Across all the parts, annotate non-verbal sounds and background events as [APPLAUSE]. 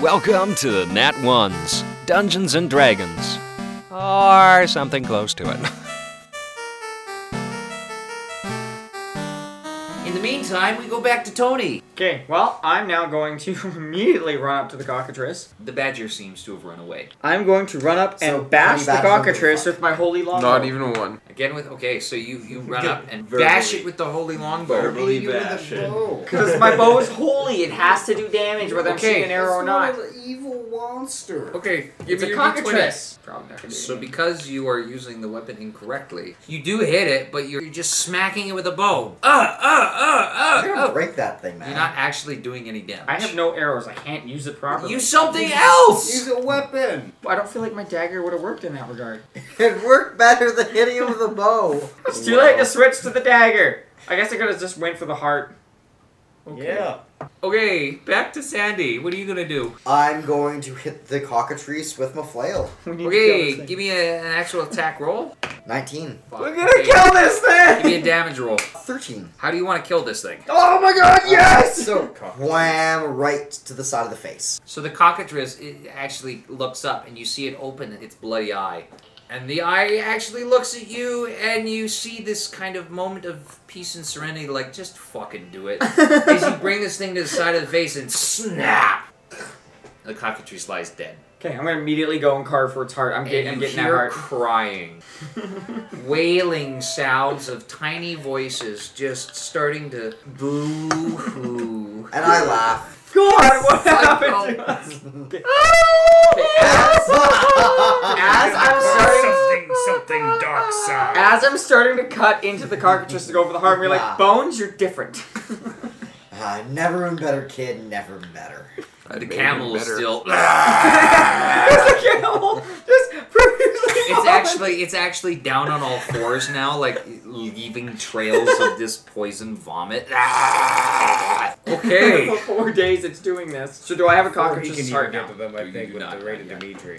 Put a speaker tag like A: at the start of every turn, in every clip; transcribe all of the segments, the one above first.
A: Welcome to the Nat Ones, Dungeons and Dragons, or something close to it. [LAUGHS]
B: In the meantime, we go back to Tony.
C: Okay, well, I'm now going to [LAUGHS] immediately run up to the cockatrice.
B: The badger seems to have run away.
C: I'm going to run up
D: So,
C: and bash the
D: come back from the
C: cockatrice
D: fuck.
C: with my holy longbow.
E: Not even one.
B: Again with okay, so you you run up
F: [LAUGHS]
B: and bash it with the holy longbow.
F: Verbally bash it.
C: Because my bow
B: [LAUGHS]
C: is holy, it has to do damage whether I'm
B: Okay.
C: shooting an arrow or not.
D: an evil monster.
B: Okay, give
C: It's
B: me
C: a
B: your
C: cockatrice. Probably not
B: D20.
C: gonna do
B: So
C: anything.
B: because you are using the weapon incorrectly, you do hit it, but you're, you're just smacking it with a bow. Uh, uh,
D: I'm
B: uh, uh,
D: gonna
B: uh.
D: break that thing, man.
B: You're not actually doing any damage.
C: I have no arrows. I can't use it properly.
B: Use something else.
D: Use a weapon.
C: I don't feel like my dagger would have worked in that regard.
D: It worked better than hitting him with a bow.
C: It's too late to switch to the dagger. I guess I could have just went for the heart.
D: Yeah.
B: Okay, back to Sandy. What are you gonna do?
D: I'm going to hit the cockatrice with my flail.
C: We need to kill
B: Okay,
C: this
B: give
C: thing.
B: me a, an actual attack roll.
D: 19.
C: We're gonna kill this
B: Give me a
C: thing!
B: damage roll.
D: 13.
B: How do you want to kill this thing?
C: Oh my god,
B: Uh,
C: yes! [LAUGHS]
D: So, wham, right to the side of the face.
B: So the cockatrice it actually looks up, and you see it open its bloody eye. And the eye actually looks at you, and you see this kind of moment of peace and serenity, like, just fucking do
C: [LAUGHS]
B: it. As you bring this thing to the side of the face and snap! The cockatrice lies dead.
C: Okay, I'm gonna immediately go and carve for its heart. I'm getting, I'm
B: and you
C: getting that
B: hear [LAUGHS]
C: heart.
B: crying, wailing sounds of tiny voices just starting to boo hoo.
D: And I laugh. [LAUGHS]
C: God, what happened to
B: Psycho.
C: us?
D: As
C: As I'm starting,
F: something, something dark side.
C: as I'm starting to cut into the cockatrice to go for the heart, we're
D: Yeah.
C: like, Bones, you're different. [LAUGHS]
D: Ah, never been better, kid. Never been better.
B: The
E: Made it
B: camel is [LAUGHS]
E: better.
B: still.
C: There's a camel just profusely
B: It's
C: on.
B: actually it's actually down on all fours now, like leaving trails of this poison vomit. Ah!
C: For
B: Okay.
C: four days it's doing this. So do I have a
F: Or he can
C: cockatrice's
F: even
C: heart
F: get
C: now?
F: to them, I
B: You
F: think,
B: do
F: with
B: not,
F: the rate of
B: yeah.
F: Dimitri.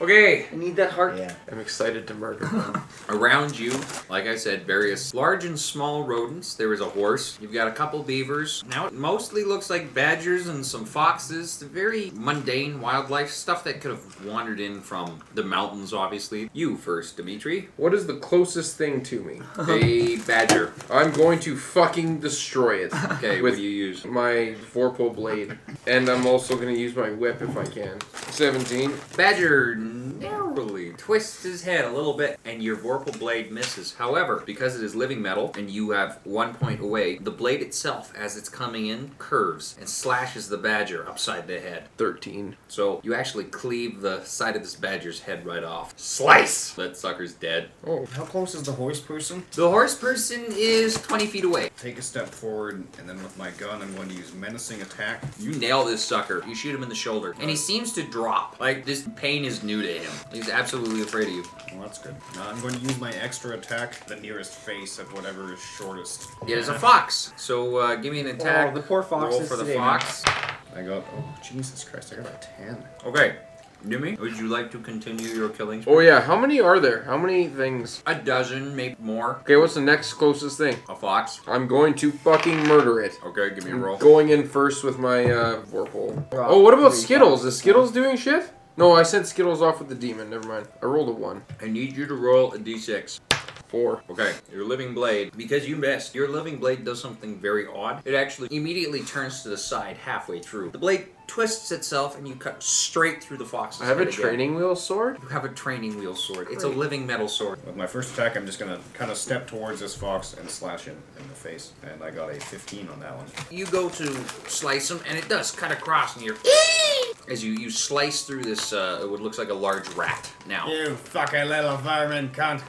B: Okay.
C: I need that heart.
D: Yeah.
E: I'm excited to murder him.
B: Around you, like I said, various large and small rodents. There is a horse. You've got a couple beavers. Now it mostly looks like badgers and some foxes. The very mundane wildlife stuff that could have wandered in from the mountains, obviously. You first, Dimitri.
E: What is the closest thing to me?
B: A badger.
E: I'm going to fucking destroy it
B: Okay, what
E: with
B: do you use?
E: my four-pole blade, and I'm also going to use my whip if I can. 17.
B: Badger narrowly twists his head a little bit, and your Vorpal blade misses. However, because it is living metal and you have one point away, the blade itself, as it's coming in, curves and slashes the badger upside the head.
E: 13.
B: So you actually cleave the side of this badger's head right off. Slice! That sucker's dead.
E: Oh,
F: How close is the horse person?
B: The horse person is 20 feet away.
F: Take a step forward, and then with my gun, I'm going to use menacing attack.
B: You nail this sucker. You shoot him in the shoulder, and he seems to drop. Like, this pain is new to him. He's absolutely afraid of you.
F: Well, that's good. Now I'm going to use my extra attack, the nearest face of whatever is shortest.
B: It is a fox. So uh, give me an attack.
C: Oh, the poor fox
B: Roll
C: is
B: for the
C: today, man.
B: fox.
F: I got, oh, Jesus Christ, I got a 10.
B: Okay. Numi, would you like to continue your killings?
E: oh yeah. How many are there? How many things?
B: A dozen, maybe more.
E: Okay, what's the next closest thing?
B: A fox.
E: I'm going to fucking murder it.
B: Okay, give me a
E: I'm
B: roll.
E: going in first with my uh, vorpal. Oh, what about Skittles? Is Skittles doing shit? No, I sent Skittles off with the demon. Never mind. I rolled a one.
B: I need you to roll a d6.
E: Four.
B: Okay, your living blade. Because you missed, your living blade does something very odd. It actually immediately turns to the side halfway through. The blade twists itself and you cut straight through the fox's
E: I have a
B: head again.
E: training wheel sword.
B: You have a training wheel sword. It's a living metal sword.
F: With my first attack, I'm just going to kind of step towards this fox and slash him in the face. And I got a 15 on that one.
B: You go to slice him, and it does cut across, and you're as you you slice through this. Uh, what looks like a large rat now,
F: You fucking little vermin cunt.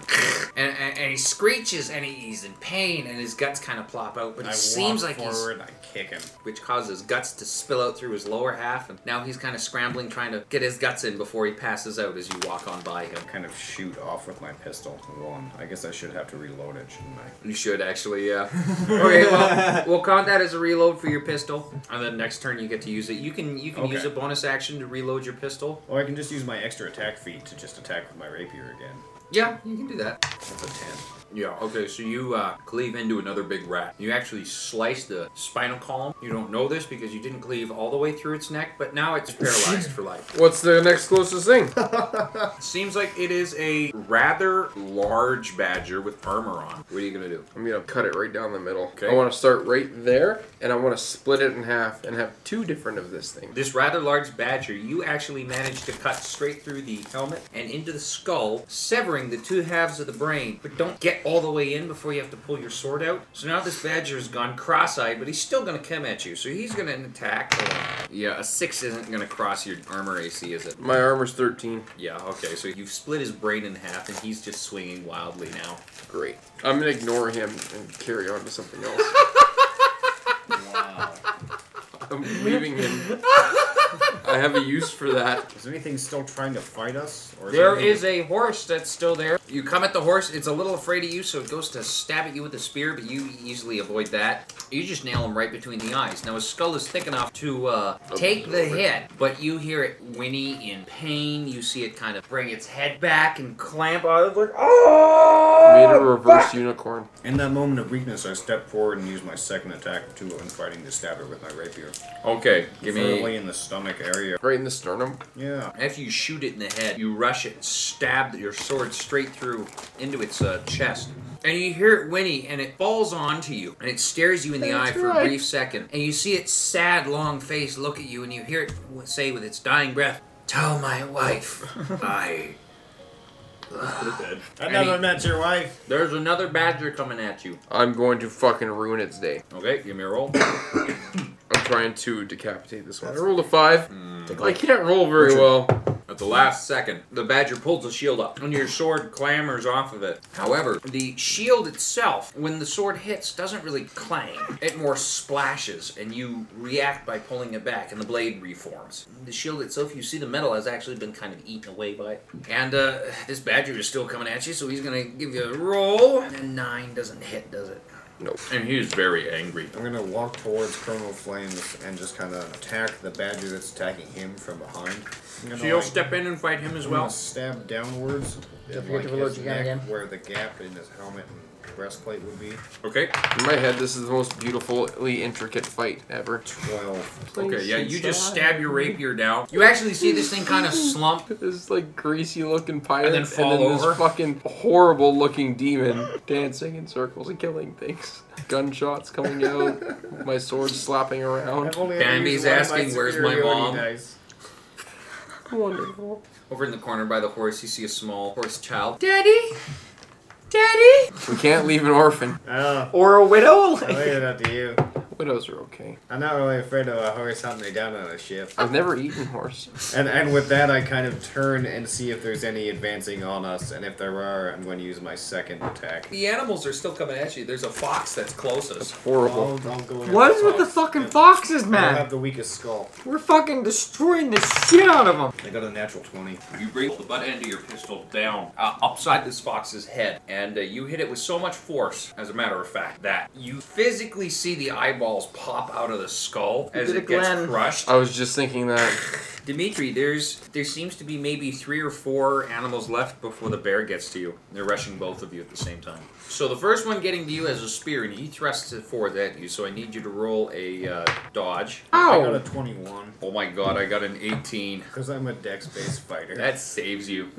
B: and, and, and he screeches, and he, he's in pain, and his guts kind of plop out. But
F: I
B: it seems
F: walk
B: like he's,
F: forward, I kick him.
B: which causes guts to spill out through his lower half, and now he's kind of scrambling, trying to get his guts in before he passes out as you walk on by him.
F: Kind of shoot off with my pistol. One. I guess I should have to reload it, shouldn't I?
B: You should actually, yeah. [LAUGHS] okay, well, we'll count that as a reload for your pistol, and then next turn you get to use it. You can you can
F: Okay.
B: use a bonus action to reload your pistol.
F: Or I can just use my extra attack feat to just attack with my rapier again.
B: Yeah, you can do that.
F: That's a 10.
B: Yeah, okay, so you uh, cleave into another big rat. You actually slice the spinal column. You don't know this because you didn't cleave all the way through its neck, but now it's paralyzed for life.
E: What's the next closest thing?
B: It seems like it is a rather large badger with armor on. What are you gonna do?
E: I'm gonna cut it right down the middle.
B: Okay.
E: I want to start right there, and I want to split it in half and have two different of this thing.
B: This rather large badger, you actually managed to cut straight through the helmet and into the skull, severing the two halves of the brain, but don't get all the way in before you have to pull your sword out. So now this badger has gone cross eyed, but he's still gonna come at you, so he's gonna attack. Yeah, a six isn't gonna cross your armor AC, is it?
E: My armor's 13.
B: Yeah, okay, so you've split his brain in half and he's just swinging wildly now.
E: Great. I'm gonna ignore him and carry on to something else.
F: Wow.
E: I'm leaving him. I have a use for that.
F: is there anything still trying to fight us? Or
B: There
F: anything-
B: is a horse that's still there. You come at the horse, it's a little afraid of you, so it goes to stab at you with a spear, but you easily avoid that. You just nail him right between the eyes. Now his skull is thick enough to uh, take the hit, but you hear it whinny in pain. You see it kind of bring its head back and clamp out of like, "Oh!"
E: Made a reverse unicorn.
F: In that moment of weakness, I step forward and use my second attack too. I'm fighting to stab it with my rapier.
B: Okay,
F: Firmly in the stomach area.
E: Right in the sternum.
F: Yeah.
B: After you shoot it in the head, you rush it and stab your sword straight through into its uh, chest. And you hear it whinny, and it falls onto you, and it stares you in the
E: That's
B: eye for a
E: right.
B: brief second. And you see its sad, long face look at you, and you hear it w- say with its dying breath, "Tell my [LAUGHS] wife, I."
F: I
B: never
F: never met your wife.
B: There's another badger coming at you.
E: I'm going to fucking ruin its day.
B: Okay, give me a roll.
E: I'm trying to decapitate this one. I rolled a five. I can't roll very well.
B: At the last second, the badger pulls the shield up, and your sword clambers off of it. However, the shield itself, when the sword hits, doesn't really clang. It more splashes, and you react by pulling it back, and the blade reforms. The shield itself, you see the metal has actually been kind of eaten away by it. And uh, this badger is still coming at you, so he's gonna give you a roll. And a nine doesn't hit, does it?
E: Nope.
B: And he's very angry.
F: I'm gonna walk towards Chrono Flames and just kind of attack the badger that's attacking him from behind. I'm gonna,
B: So you'll
F: like,
B: step in and fight him as
F: I'm gonna
B: well.
F: stab downwards at
D: forget
F: like
D: to reload
F: his
D: your gun
F: neck,
D: again.
F: where the gap in his helmet and breastplate would be.
B: Okay.
E: In my head, this is the most beautifully intricate fight ever.
F: Twelve.
B: Okay, yeah, you just stab your rapier down. You actually see this thing kind of slump
E: This like greasy looking pirate
B: And then fall over.
E: this fucking horrible looking demon dancing in circles and killing things. Gunshots
B: [LAUGHS]
E: coming out, my sword slapping around.
F: I've only
B: Bambi's
F: used one of
B: asking, "Where's my
F: superiority
B: mom?"
F: dice.
E: Wonderful.
B: Over in the corner by the horse, you see a small horse child. Daddy! Daddy!
E: We can't leave an orphan.
F: Oh,
C: Or a widow?
F: I leave it up to you.
E: Widows are okay.
F: I'm not really afraid of a horse hunting me down on a ship.
E: I've never eaten horse.
F: And and with that, I kind of turn and see if there's any advancing on us, and if there are, I'm going to use my second attack.
B: The animals are still coming at you. There's a fox that's
E: It's
B: closest.
E: horrible.
F: I'll- I'll go
C: What is with the fucking foxes,
F: I
C: man?
F: have the weakest skull.
C: We're fucking destroying the shit out of them.
F: I got a natural twenty.
B: You bring the butt end of your pistol down uh, upside this fox's head, and uh, you hit it with so much force, as a matter of fact, that you physically see the eyeballs pop out of the skull as
C: did
B: it
C: it,
B: gets
C: Glenn.
B: crushed.
E: I was just thinking that.
B: Dimitri, there's there seems to be maybe three or four animals left before the bear gets to you. They're rushing both of you at the same time. So the first one getting to you has a spear, and he thrusts it forward at you. So I need you to roll a uh, dodge.
F: I got a
E: Ow!
F: twenty-one
B: Oh my god, I got an 18.
F: because I'm a dex-based fighter.
B: That saves you.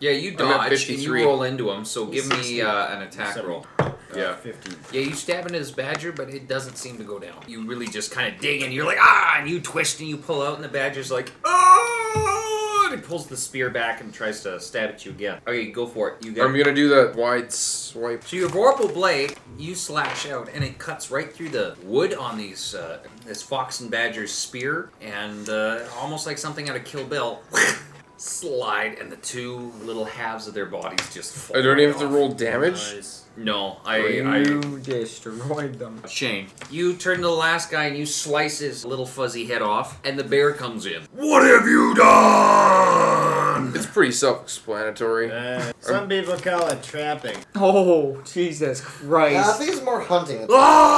B: yeah, you
E: I'm at
B: dodge and you
E: 53.
B: roll into him. So give me uh, an attack
F: Seven.
B: roll.
F: Uh,
B: yeah.
F: fifteen.
B: Yeah, you stab into this badger, but it doesn't seem to go down. You really just kind of dig in. You're like, ah, and you twist and you pull out, and the badger's like, oh, and it pulls the spear back and tries to stab at you again. Okay, go for it. You got
E: I'm gonna do that wide swipe.
B: so your vorpal blade, you slash out, and it cuts right through the wood on these uh, this fox and badger's spear, and uh, almost like something out of Kill Bill, slide, and the two little halves of their bodies just fall.
E: I don't
B: right
E: even have to
B: off.
E: roll damage.
F: Nice.
B: No, I, I
C: You destroyed them.
B: Shane, you turn to the last guy and you slice his little fuzzy head off, and the bear comes in. What have you done?
E: It's pretty self-explanatory.
F: Uh, some people call it trapping.
B: Oh, Jesus
D: Uh, I
B: Christ.
D: think it's more hunting.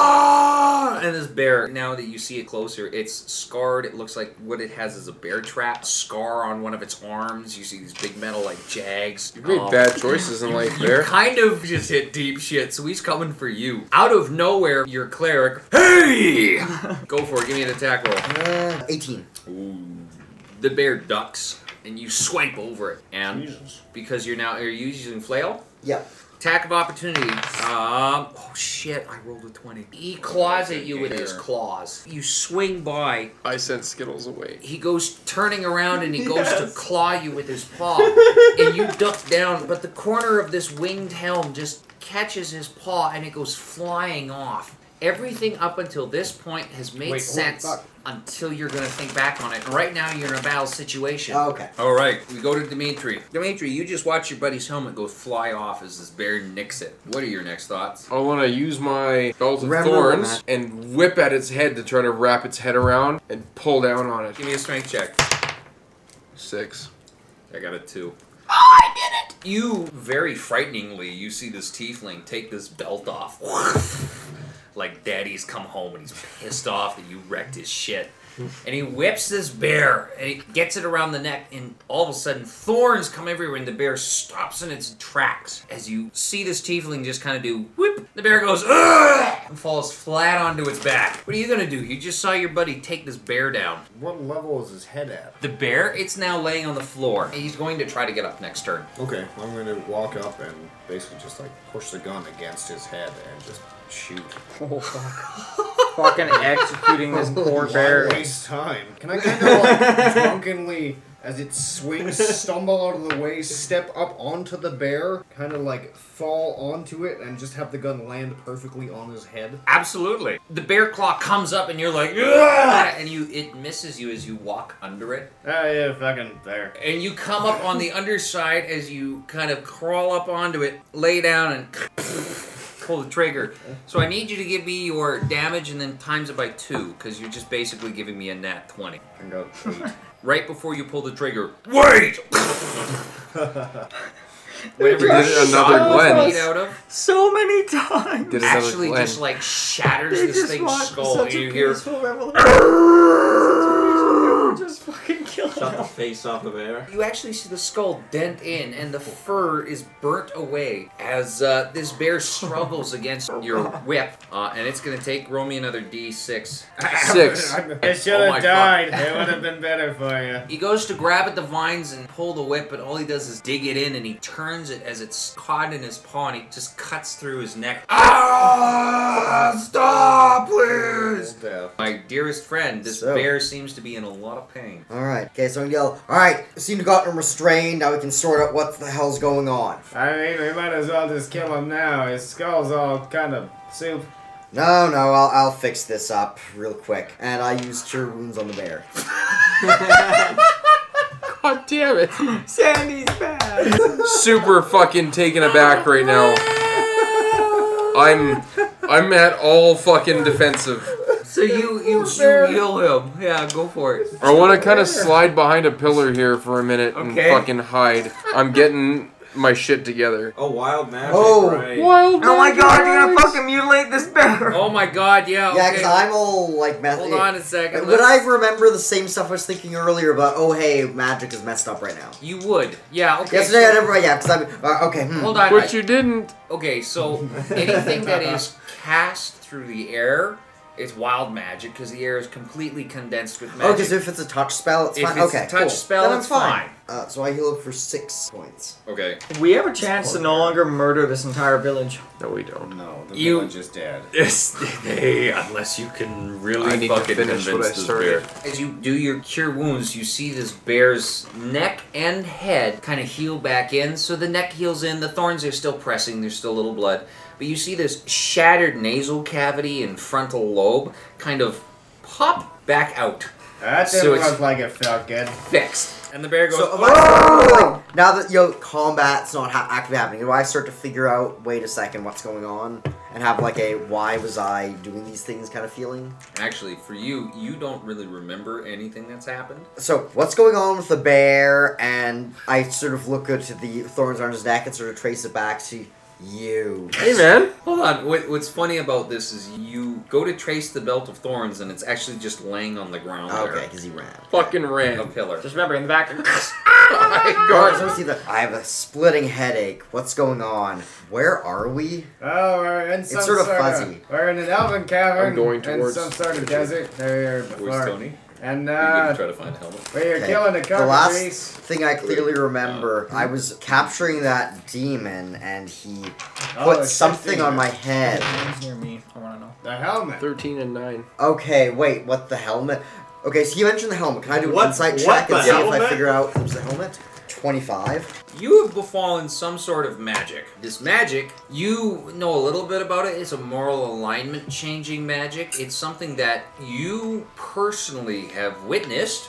B: Ah! And this bear, now that you see it closer, it's scarred. It looks like what it has is a bear trap scar on one of its arms. You see these big metal, like, jags.
E: You made
B: Oh.
E: bad choices in life
B: You [LAUGHS]
E: there.
B: kind of just hit deep shit, so he's coming for you. Out of nowhere, your cleric, hey! Go for it, give me an attack roll.
D: Uh, 18.
B: The bear ducks, and you swipe over it. And because you're now, are you using flail?
D: Yep.
B: Attack of opportunity. Um, oh shit, I rolled a 20. He claws at you with his claws. You swing by,
E: I sent Skittles away.
B: he goes turning around and he goes to claw you with his
C: [LAUGHS]
B: paw and you duck down but the corner of this winged helm just catches his paw and it goes flying off everything up until this point has made
C: Wait, holy
B: sense
D: fuck.
B: until you're gonna think back on it right now you're in a battle situation
C: Oh.
D: Okay.
B: all right we go to dimitri dimitri you just watch your buddy's helmet go fly off as this bear nicks it what are your next thoughts
E: I want to use my belt of
D: Remember
E: thorns
D: that.
E: and whip at its head to try to wrap its head around and pull down on it.
B: give me a strength check
E: Six.
B: I got a two. Oh, I did it! You very frighteningly, you see this tiefling take this belt off. [LAUGHS] like daddy's come home and he's pissed off that you wrecked his shit. And he whips this bear and he gets it around the neck, and all of a sudden thorns come everywhere, and the bear stops in its tracks. As you see this tiefling just kind of do whip, the bear goes Ugh! and falls flat onto its back. What are you gonna do? You just saw your buddy take this bear down.
F: What level is his head at?
B: The bear, it's now laying on the floor. He's going to try to get up next turn.
F: Okay, I'm gonna walk up and basically just like push the gun against his head and just shoot.
C: Fucking executing this poor bear.
F: Waste time.
B: [LAUGHS]
F: Can I kind of like drunkenly, as it swings, stumble out of the way, step up onto the bear, kind of like fall onto it, and just have the gun land perfectly on his head?
B: Absolutely. The bear claw comes up and you're like, "Ugh!" and you it misses you as you walk under it.
F: Oh yeah, fucking bear.
B: And you come up on the underside as you kind of crawl up onto it, lay down and [LAUGHS] pull the trigger. So I need you to give me your damage and then times it by 2 cuz you're just basically giving me a nat 20.
F: I got
B: [LAUGHS]
F: eight.
B: Right before you pull the trigger. Wait. [LAUGHS] Whatever
E: Did
B: you
E: another
B: shot
E: glance.
B: it out of
C: So many times.
E: Did another
B: actually
E: Glenn.
B: just like shatters
C: [LAUGHS] They
B: this
C: just
B: thing's
C: want
B: skull
C: such
B: and you
C: a
B: hear
C: peaceful revolution. Such a peaceful- just fucking kill
G: Shot the
C: him.
G: face off of air.
B: You actually see the skull dent in, and the fur is burnt away as uh, this bear
C: [LAUGHS]
B: struggles against your whip, uh, and it's gonna take roll me another d6.
F: [LAUGHS]
E: Six.
F: I should
B: Oh my
F: have
B: fuck.
F: died. It would have been better for you.
B: He goes to grab at the vines and pull the whip, but all he does is dig it in, and he turns it as it's caught in his paw, and he just cuts through his neck. Ah! Stop, please! My dearest friend, this
D: So-
B: bear seems to be in a lot of pain.
D: Alright. Okay, so I yell, Alright, seem to got him restrained. Now we can sort out what the hell's going on.
F: I mean, we might as well just kill him now. His skull's all kind of soup.
D: No, no, I'll, I'll fix this up real quick. And I use Cure Wounds on the bear.
E: God damn it.
C: Sandy's bad.
E: Super fucking taken aback right now. I'm I'm at all fucking defensive.
B: So you you, you heal him. Yeah, go for it.
E: I want to kind of slide behind a pillar here for a minute and
B: Okay.
E: fucking hide. I'm getting my shit together.
G: Oh, wild magic.
D: Oh.
G: right.
E: Wild
C: Oh my god, you're gonna
E: raspberries.
C: fucking mutilate this bear.
B: Oh my god, yeah.
D: Yeah,
B: okay.
D: because I'm all like meth.
B: Hold on a second.
D: Would
B: let's-
D: I remember the same stuff I was thinking earlier about? Oh, hey, magic is messed up right now.
B: You would. Yeah, okay.
D: Yesterday, I
B: so-
D: never. Yeah, because I'm. Uh, okay. Hmm.
B: Hold on.
E: But you didn't.
B: okay, so anything that is cast through the air is wild magic because the air is completely condensed with magic.
D: Okay, so Oh, if it's a touch spell, it's
B: If
D: fine.
B: it's a
D: okay,
B: touch
D: cool.
B: spell,
D: then I'm
B: it's
D: fine.
B: fine.
D: Uh, so I heal up for six points.
B: okay.
C: We have a chance to no longer murder this entire village.
E: No, we don't.
F: No, the
B: You-
F: village is dead.
B: This, hey, unless you can
E: I need to finish what I started.
B: As you do your cure wounds, you see this bear's neck and head kind of heal back in. So the neck heals in, the thorns are still pressing, there's still a little blood. But you see this shattered nasal cavity and frontal lobe kind of pop back out.
F: That
B: So
F: didn't
B: it's-
F: look like it felt good.
B: Fixed.
G: And the bear goes,
D: So am
G: "Oh."
D: I, like, now that yo combat's not ha- actively happening, do I start to figure out? Wait a second, what's going on? And have like a why was I doing these things kind of feeling?
B: Actually, for you, you don't really remember anything that's happened.
D: So what's going on with the bear? And I sort of look at the thorns on his neck and sort of trace it back to you.
E: Hey, man.
B: Hold on. What, what's funny about this is you go to trace the belt of thorns, and it's actually just laying on the ground
D: Ah, Okay, because he ran.
E: Fucking
B: there, a [LAUGHS]
E: ran.
B: pillar.
G: Just remember in the back.
E: Oh my
D: Guards,
E: god.
D: let me see the- I have a splitting headache. What's going on? Where are we?
F: Oh, we're in some
D: sort of
F: sorta-
D: fuzzy.
F: We're in an elven cavern.
E: I'm going towards-
F: in some sort of desert. There we were
B: Where's
F: before.
B: Tony?
F: And
B: You can
F: uh,
B: try to find a helmet.
F: we were
D: Okay.
F: killing a
D: The
F: couple
D: last
F: trees.
D: thing I clearly remember, I was capturing that demon and he
F: Oh,
D: put
F: it's
D: something
F: 15.
D: on my head.
G: Name's near me. I want to know.
F: The helmet.
E: 13 and 9.
D: Okay, wait, what the helmet? Okay, so you mentioned the helmet. Can I do an
G: What-
D: insight
G: what
D: check
G: the
D: and see if I
G: helmet?
D: figure out who's the helmet? 25.
B: You have befallen some sort of magic. This magic, you know a little bit about it. It's a moral alignment changing magic. It's something that you personally have witnessed,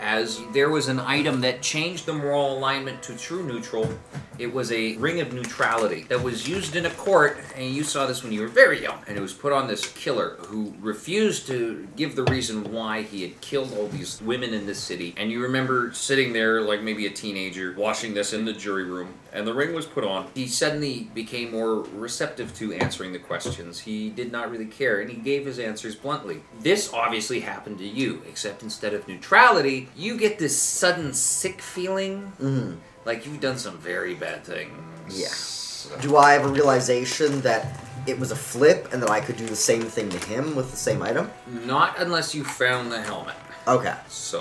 B: as there was an item that changed the moral alignment to true neutral. It was a ring of neutrality that was used in a court, and you saw this when you were very young. And it was put on this killer who refused to give the reason why he had killed all these women in this city. And you remember sitting there, like maybe a teenager, watching this in the jury room, and the ring was put on. He suddenly became more receptive to answering the questions. He did not really care, and he gave his answers bluntly. This obviously happened to you, except instead of neutrality, you get this sudden sick feeling
D: Mm.
B: like you've done some very bad things. Yeah.
D: Do I have a realization that it was a flip and that I could do the same thing to him with the same item?
B: Not unless you found the helmet.
D: Okay.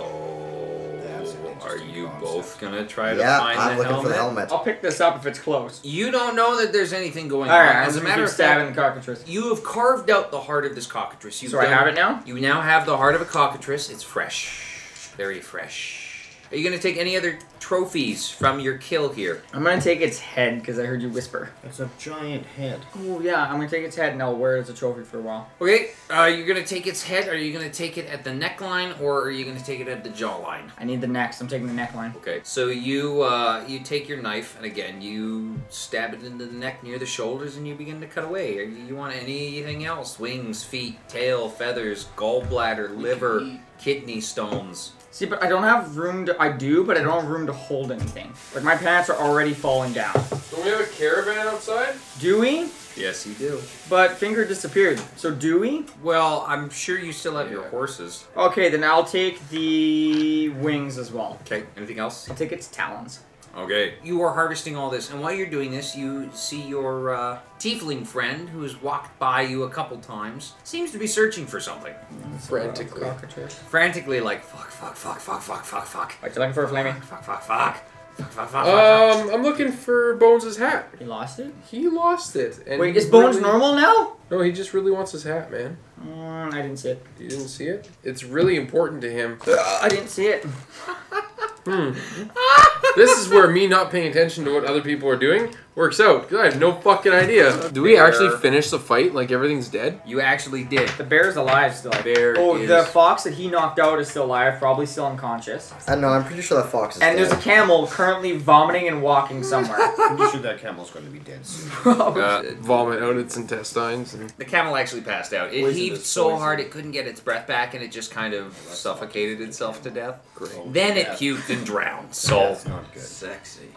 B: So
F: That's an interesting
B: are you
F: concept.
B: both gonna try to
D: Yeah,
B: find
D: I'm
B: the
D: looking
B: helmet?
D: for the helmet.
G: I'll pick this up if it's close.
B: You don't know that there's anything going
G: All
B: on.
G: right.
B: As a
G: I'm
B: matter of
G: stabbing
B: fact,
G: the cockatrice.
B: you have carved out the heart of this cockatrice. You've
G: So I
B: done-
G: have it now.
B: You now have the heart of a cockatrice. It's fresh, very fresh. Are you gonna take any other trophies from your kill here?
G: I'm gonna take its head because I heard you whisper.
F: It's a giant head.
G: Oh yeah, I'm gonna take its head and I'll wear it as a trophy for a while.
B: Okay, are you gonna take its head? Are you gonna take it at the neckline, or are you gonna take it at the jawline?
G: I need the necks. I'm taking the neckline.
B: Okay. So you uh, you take your knife and again you stab it into the neck near the shoulders and you begin to cut away. Or do you want anything else? Wings, feet, tail, feathers, gallbladder, liver, kidney stones.
G: See, but I don't have room to. I do, but I don't have room to hold anything. Like my pants are already falling down.
E: Don't we have a caravan outside?
G: Do we?
B: Yes, you do.
G: But finger disappeared. So do we?
B: Well, I'm sure you still have your
E: Yeah.
B: horses.
G: Okay, then I'll take the wings as well.
B: Okay. Anything else?
G: I'll take its talons.
B: Okay. You are harvesting all this, and while you're doing this, you see your uh, tiefling friend who has walked by you a couple times. Seems to be searching for something.
E: Frantically.
B: Frantically, like fuck, fuck, fuck, fuck, fuck, fuck, fuck.
G: What you looking for, Flaming?
B: Fuck, fuck, fuck. Fuck, fuck, fuck,
G: Uh-huh.
B: fuck,
E: Um, I'm looking for Bones' hat.
G: He lost it.
E: He lost it. And
G: Wait,
E: he
G: is Bones
E: really-
G: normal now?
E: No, he just really wants his hat, man.
G: Mm, I didn't see it.
E: You didn't see it? It's really important to him.
G: I didn't see it.
E: this is where me not paying attention to what other people are doing works out. 'cause I have no fucking idea. Do we actually finish the fight? Like everything's dead?
B: fuck. You actually did.
G: The bear's alive still.
E: Bear
G: oh,
E: is-
G: the fox that he knocked out is still alive, probably still unconscious.
D: I don't know, Uh, I'm pretty sure that fox is
G: And
D: dead.
G: there's a camel currently vomiting and walking somewhere.
F: [LAUGHS]
G: [LAUGHS]
F: I'm pretty sure that camel's going to be dead soon.
E: Uh, vomit out its intestines and
B: The camel actually passed out. It
G: Poison
B: heaved
G: is
B: so
G: poison.
B: hard it couldn't get its breath back and it just kind of suffocated itself to death.
E: great.
B: Then it
F: Yeah.
B: puked and drowned. So
F: That's not good.
B: sexy.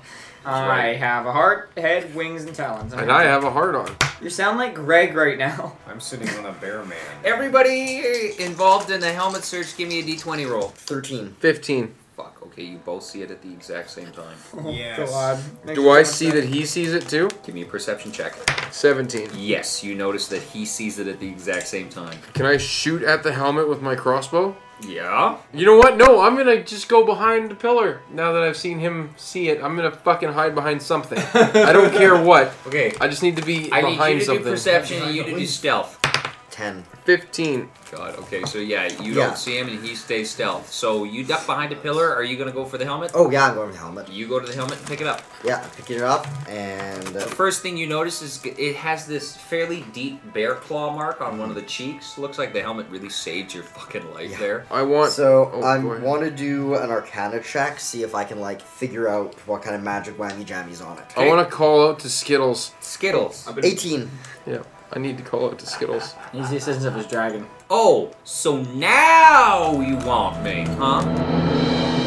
G: I have a heart, head, wings, and talons. I'm
E: And
G: gonna-
E: I have a heart on.
G: You sound like Greg right now. [LAUGHS]
F: I'm sitting on a bear man.
B: Everybody involved in the helmet search, give me a d20 roll.
D: 13.
E: 15.
B: Fuck, okay, you both see it at the exact same time.
F: Yes.
G: Oh, God. Makes
E: Do I
G: me so
E: see
G: upset.
E: that he sees it too?
B: Give me a perception check.
E: 17.
B: Yes, you notice that he sees it at the exact same time.
E: Can I shoot at the helmet with my crossbow?
B: Yeah?
E: You know what? No, I'm gonna just go behind the pillar. Now that I've seen him see it, I'm gonna fucking hide behind something. I don't care what.
B: Okay.
E: I just need to be
B: I need you to
E: behind
B: do
E: something.
B: perception and you to do stealth.
D: Ten.
E: 15.
B: God. Okay. So yeah, you
D: Yeah.
B: don't see him, and he stays stealth. So you duck behind a pillar. Are you gonna go for the helmet?
D: Oh yeah, I'm going with the helmet.
B: You go to the helmet and pick it up.
D: Yeah, I'm picking it up and uh,
B: The first thing you notice is g- it has this fairly deep bear claw mark on one of the cheeks. Looks like the helmet really saved your fucking life
D: Mm. Yeah.
B: there.
E: I want.
D: so
E: oh,
D: I
E: go ahead.
D: want to do an Arcana check, see if I can like figure out what kind of magic whammy jammy's on it.
E: I want to call out to Skittles.
B: Skittles.
D: Eighteen.
E: Yeah, I need to call out to Skittles.
H: He's the assistance of his dragon.
B: Oh, so now you want me, huh?